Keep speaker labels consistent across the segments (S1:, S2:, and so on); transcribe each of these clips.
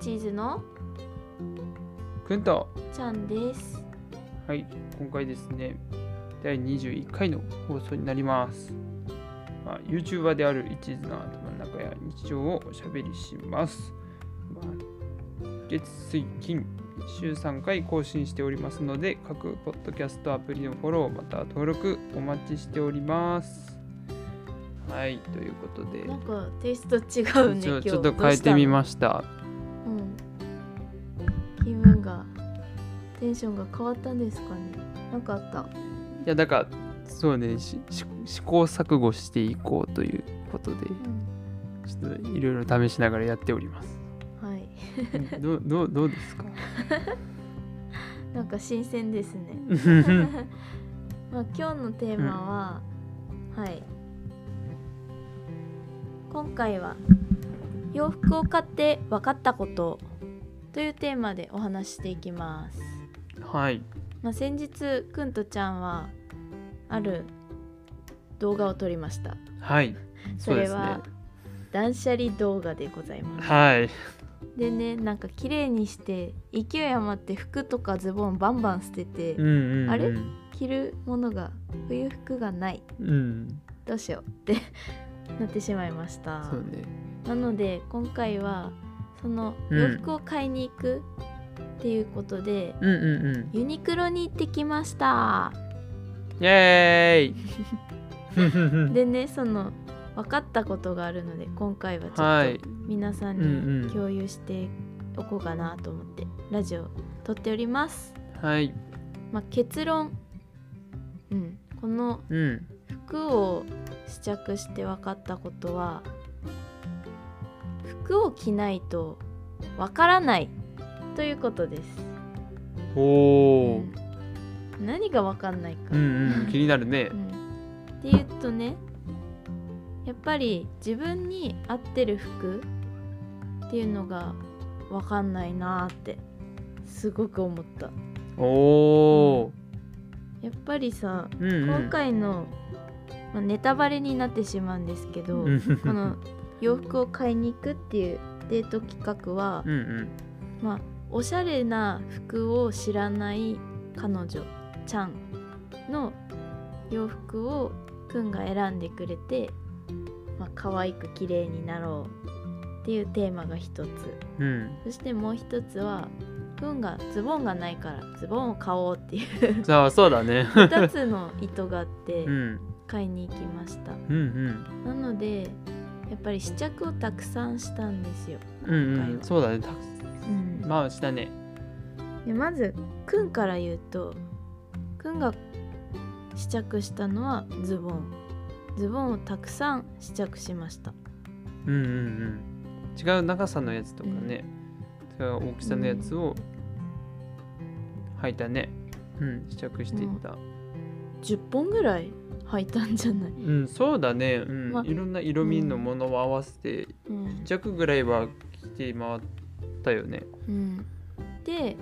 S1: チーズの
S2: くんと
S1: ちゃんです
S2: はい今回ですね第21回の放送になります、まあ、YouTuber である一途な頭の中や日常をおしゃべりします、まあ月水金週3回更新しておりますので各ポッドキャストアプリのフォローまた登録お待ちしておりますはいということで
S1: なんかテイスト違うね
S2: ち
S1: 今
S2: ょ
S1: 日
S2: ちょっと変えてみました
S1: す、うん、気分がテンションが変わったんですかねなんかあった
S2: いやだからそうねしし試行錯誤していこうということで
S1: うん
S2: ちょっといろいろ試しながらやっております
S1: はい
S2: うんどうどうどうですか
S1: なんか新鮮です ね
S2: うん
S1: まあ、今日のテーマは、はい今回は「洋服を買って分かったこと」というテーマでお話ししていきます、
S2: はい
S1: まあ、先日くんとちゃんはある動画を撮りました
S2: はい
S1: そ
S2: そう
S1: れ
S2: ですね
S1: は断捨離動画でございます
S2: はい
S1: でねなんか綺麗にして勢い余って服とかズボンバンバン捨てて
S2: うんうん、うん、
S1: あれ着るものが冬服がない
S2: うん
S1: どうしようって なってしまいました
S2: そうね
S1: なので今回はその洋服を買いに行くっていうことで、
S2: うんうんうん
S1: ユニクロに行ってきました
S2: イエー イ
S1: でねその分かったことがあるので今回は
S2: は
S1: ちょっ
S2: い
S1: と皆さ
S2: うん
S1: ん
S2: う
S1: に
S2: ん
S1: 共有しておこうかなと思ってラジオ撮っております、
S2: はい
S1: まあ、結論うんこの
S2: うん
S1: 服を試着して分かったことは服を着ないと分からないということです、
S2: おお
S1: うん何が分かんないか、
S2: うんうん気になるね
S1: うんっていうとねやっぱり自分に合ってる服っていうのが分かんないなーってすごく思った
S2: おお
S1: やっぱりさ
S2: ーうんうん
S1: 今回の、まあネタバレになってしまうんですけど、
S2: うん
S1: この洋服を買いに行くっていうデート企画は、
S2: うんうん
S1: まあおしゃれな服を知らない彼女ちゃんの洋服をくんが選んでくれて、まあ可愛く綺麗になろうっていうテーマが一つ
S2: うん
S1: そしてもう一つはくんがズボンがないからズボンを買おうって いう
S2: じゃあそうだね
S1: 二つの意図があって
S2: うん
S1: 買いに行きました、
S2: うんうん
S1: なのでやっぱり試着をたくさんしたんですよ、
S2: うん
S1: 今回
S2: う
S1: は
S2: んそうだねた
S1: うん
S2: まあしたね
S1: でまずくんから言うとくんが試着したのはズボンズボンをたくさん試着しました
S2: うんうんうん違う長さのやつとかね、違う大きさのやつを履いたねうん試着していった、
S1: 10本ぐらい履いたんじゃない、
S2: うんそうだね、うん
S1: ま
S2: いろんな色味のものを合わせて
S1: うん
S2: 1着ぐらいは着て回ったよね
S1: うんで、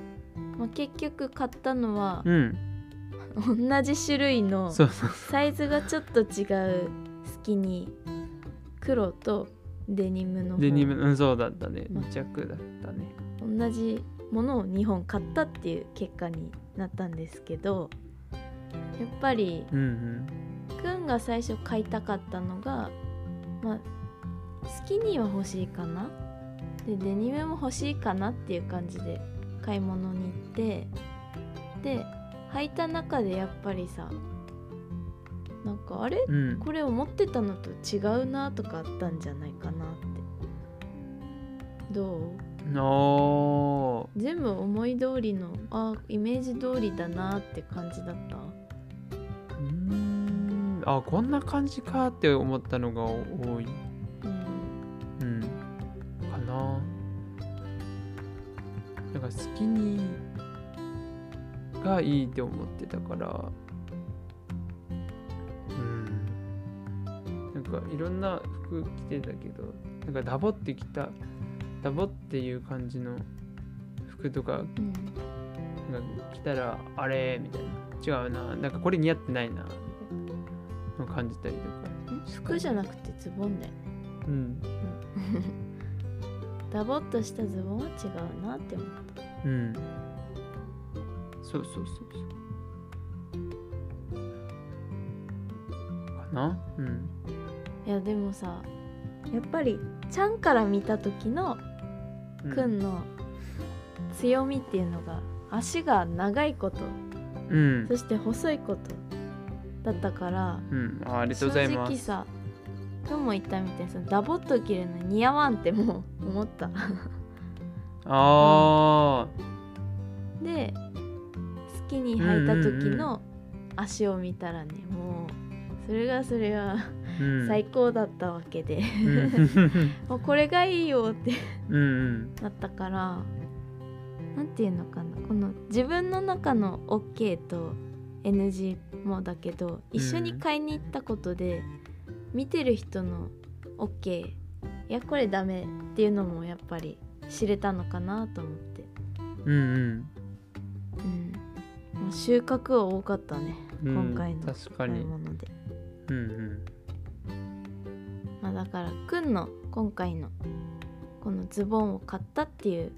S1: まあ、結局買ったのは
S2: うん
S1: 同じ種類の
S2: そうそう
S1: サイズがちょっと違うスキニー黒とデニムの方
S2: デニムうんそうだったね
S1: ま
S2: 2着だったね
S1: 同じものを2本買ったっていう結果になったんですけどやっぱり
S2: うん
S1: くんが最初買いたかったのがまあスキニーは欲しいかなでデニムも欲しいかなっていう感じで買い物に行ってで履いた中でやっぱりさなんかあれ
S2: うんうん
S1: これ思ってたのと違うなとかあったんじゃないかなってどう
S2: あ
S1: 全部思い通りのあイメージ通りだなって感じだった
S2: ーうーんあこんな感じかって思ったのが多い
S1: うん
S2: うん、かななんかスキニーがいいって思ってたからうんなんかいろんな服着てたけどなんかダボってきたダボっていう感じの服とか
S1: うん
S2: なんか着たらあれみたいな違うななんかこれ似合ってないなみたいなの感じたりとか
S1: ん服じゃなくてズボンだよね
S2: うん
S1: ダボっとしたズボンは違うなって思う
S2: うん。そうそうそうそう。かなうん。
S1: いやでもさやっぱりちゃんから見た時の
S2: うん
S1: くんの強みっていうのが足が長いこと
S2: うん。
S1: そして細いことだったから
S2: うん。あありがと
S1: 正
S2: うございま
S1: 直
S2: す。
S1: さくんも言ったみたいにそのダボっと着るの似合わんってもう思った
S2: あ
S1: でスキニー履いた時の足を見たらねもうそれがそれは
S2: あ。うん。
S1: 最高だったわけで、
S2: うん
S1: もうこれがいいよって
S2: うんうん。
S1: なったからなんていうのかなこの自分の中の OK と NG もだけど一緒に買いに行ったことで、見てる人の OK いやこれダメっていうのもやっぱり知れたのかなと思って、
S2: うん
S1: うん、もう収穫は多かったね
S2: うん。
S1: 今回の
S2: 確か
S1: 買い
S2: に。
S1: 物で、
S2: うんうん。
S1: まあ、だからくんの今回のこのズボンを買ったっていう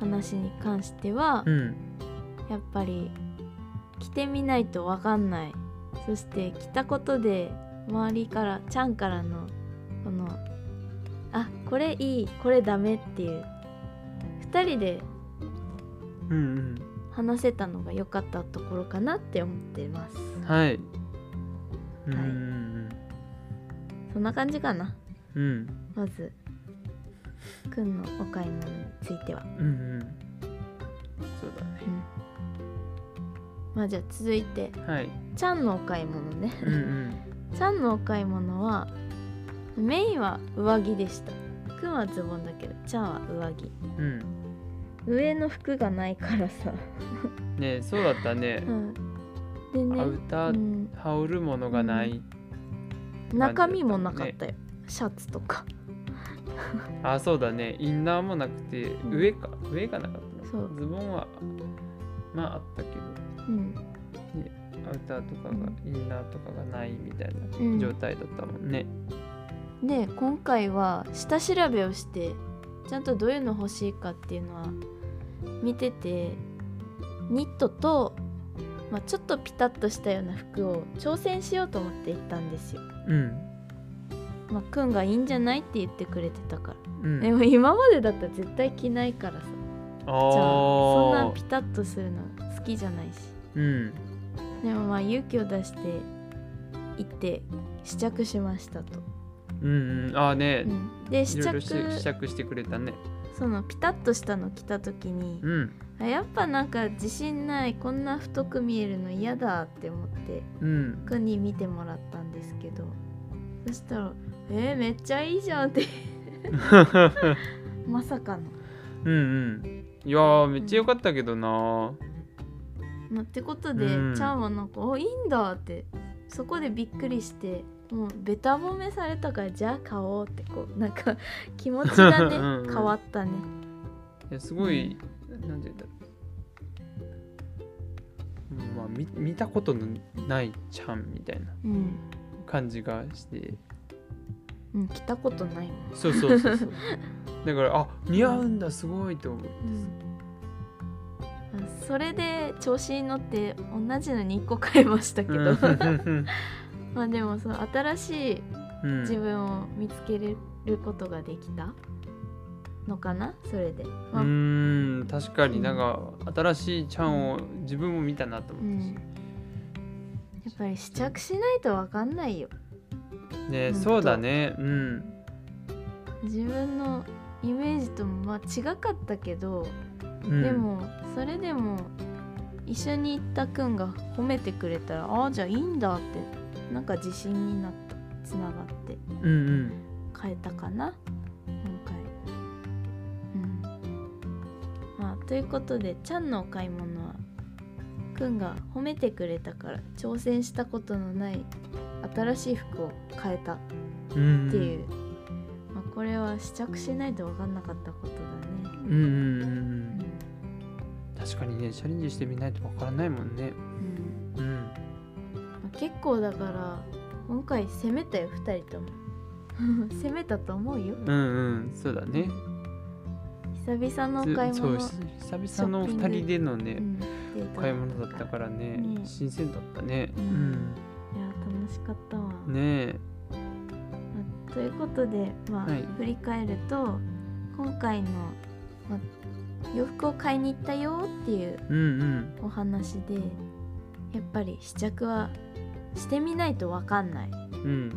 S1: 話に関しては、
S2: うん。
S1: やっぱり着てみないとわかんないそして着たことで周りからちゃんからのこのあこれいいこれダメっていう2人で
S2: うん
S1: 話せたのが良かったところかなって思ってます
S2: うん。はい。うんうん
S1: そんな感じかな
S2: うん。うん
S1: まずくんのお買い物については、
S2: うんうん。そうだね。
S1: うん、まあじゃあ続いて
S2: はい。
S1: ちゃんのお買い物ね
S2: うんうん。
S1: ちゃんのお買い物はメインは上着でしたくんはズボンだけどちゃんは上着
S2: うん。
S1: 上の服がないからさ、
S2: ねえそうだったね
S1: う。ん、で
S2: ア
S1: ね
S2: ウ、タ
S1: う
S2: ー、
S1: ん、
S2: 羽織るものがない。
S1: 中身もなかったよシャツとか
S2: あ、そうだね。インナーもなくて、
S1: ん
S2: 上か。上がなかった
S1: そ
S2: の
S1: う
S2: ズボンは、まああったけど、
S1: うん
S2: アウターとかが、インナーとかがないみたい
S1: うん
S2: な状態だったもんね。
S1: で今回は下調べをしてちゃんとどういうの欲しいかっていうのは見ててニットと、まあ、ちょっとピタッとしたような服を挑戦しようと思って行ったんですよ
S2: うん。
S1: まあ、くんがいいんじゃないって言ってくれてたから、
S2: うん。
S1: でも今までだったら絶対着ないからさじ
S2: あ
S1: ゃあそんな
S2: あ
S1: ピ。タッとするの好きじゃないし
S2: うん。
S1: でもまあ勇気を出して行って試着しましたと、
S2: うんうん。ああね
S1: う。ん、で試
S2: いろいろ
S1: 着
S2: し試着してくれたね。
S1: そのピタッとしたの着た時に
S2: うん。
S1: あやっぱなんか自信ないこんな太く見えるの嫌だって思って
S2: うん。
S1: くんに見てもらったんですけどそしたら「えー、めっちゃいいじゃん」って まさかの
S2: うんうん。いやー、めっちゃ良かったけどな。
S1: まあってことで、
S2: うん
S1: ちゃんはなんか「おいいんだ」ってそこでびっくりしてもうべた褒めされたからじゃあ買おうってこうなんか 気持ちがね
S2: うんうん
S1: 変わったね
S2: いやすごい、なんて言うんだろう、うんまあ、見見たことのないちゃんみたいな
S1: うん、
S2: 感じがして
S1: うん、着たことないもん、
S2: そうそうそうそう だからあ似合うんだすごいと思う
S1: うんそれで調子に乗って同じの2個買いましたけ
S2: う
S1: ど、
S2: ん
S1: まあでもそう新しい
S2: うん
S1: 自分を見つけれることができたのかなそれで、まあ
S2: うん確かになんか新しいちゃんを自分も見たなと
S1: う
S2: 思ったし
S1: ん、やっぱり試着しないと分かんないよ
S2: ね、
S1: うん
S2: そうだねうん
S1: 自分のイメージともまあ違かったけど、
S2: うん
S1: でもそれでも一緒に行ったくんが褒めてくれたらああじゃあいいんだってなんか自信になったつながって
S2: うんうん
S1: 変えたかな今回。うんまあ、ということでちゃんのお買い物はくんが褒めてくれたから挑戦したことのない新しい服を変えた
S2: うん
S1: っていう、まあ、これは試着しないと分かんなかったことだね。
S2: うんうんうんう
S1: うん
S2: ん確かにねチャレンジしてみないとわからないもんね
S1: うん
S2: うん
S1: まあ結構だから今回攻めたよ2人とも攻めたと思うよ。
S2: うんうんそうだね
S1: うん久々のお買い
S2: ずそう
S1: 物
S2: 久々の
S1: ショッピング
S2: 2人でのね、
S1: うんデート
S2: 買い物だったからね
S1: ね
S2: 新鮮だったね、
S1: う
S2: うんん、
S1: いや楽しかったわ、
S2: ね
S1: ということで、まあ
S2: はい
S1: 振り返ると今回の、まあ、洋服を買いに行ったよっていう
S2: えうん
S1: お話でやっぱり試着はしてみないとわかんないっ
S2: うんうん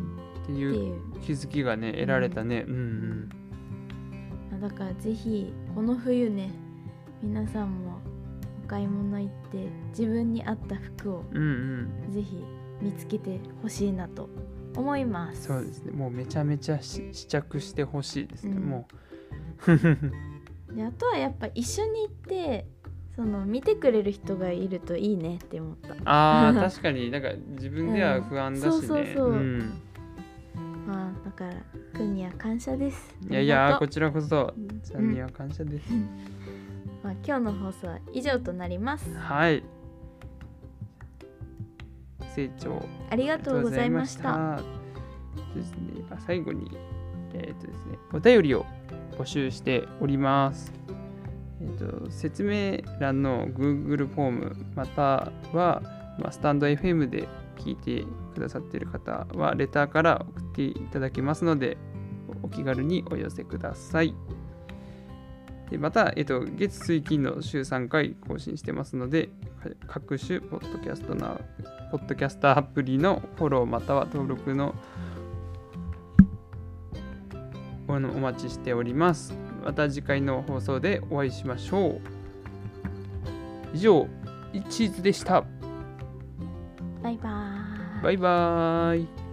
S2: って
S1: て
S2: いう
S1: いう
S2: 気づきがね得られたねうん
S1: あだからぜひこの冬ね皆さんもお買い物行って自分に合った服を
S2: うんうんうん
S1: ぜひ見つけてほしいなと思います
S2: そうですねもうめちゃめちゃし試着してほしいですね、
S1: うん
S2: も
S1: であとはやっぱ一緒に行ってその見てくれる人がいるといいねって思った
S2: う あー確かになんか自分では不安だし
S1: うんそうそう
S2: ね
S1: そう
S2: うん
S1: まあだからくんには感謝です
S2: いやいや
S1: あり
S2: こ
S1: がと
S2: ちらこそう
S1: うん
S2: ちゃんには感謝です、
S1: まあ、今日の放送は以上となります
S2: はい成長
S1: ありがとうございました
S2: ありがとうございました。そうですね、あ最後に、えっとですね、お便りを募集しております。えっと説明欄の Google フォームまたは、まあ、スタンド FM で聞いてくださっている方はレターから送っていただけますのでおお気軽にお寄せください。でまた、えっと、月水金の週3回更新してますのでか各種ポッドキャストなポッドキャスターアプリのフォローまたは登録のおのお待ちしております。また次回の放送でお会いしましょう。以上、イチーズでした。
S1: バイバーイ
S2: バイバーイ。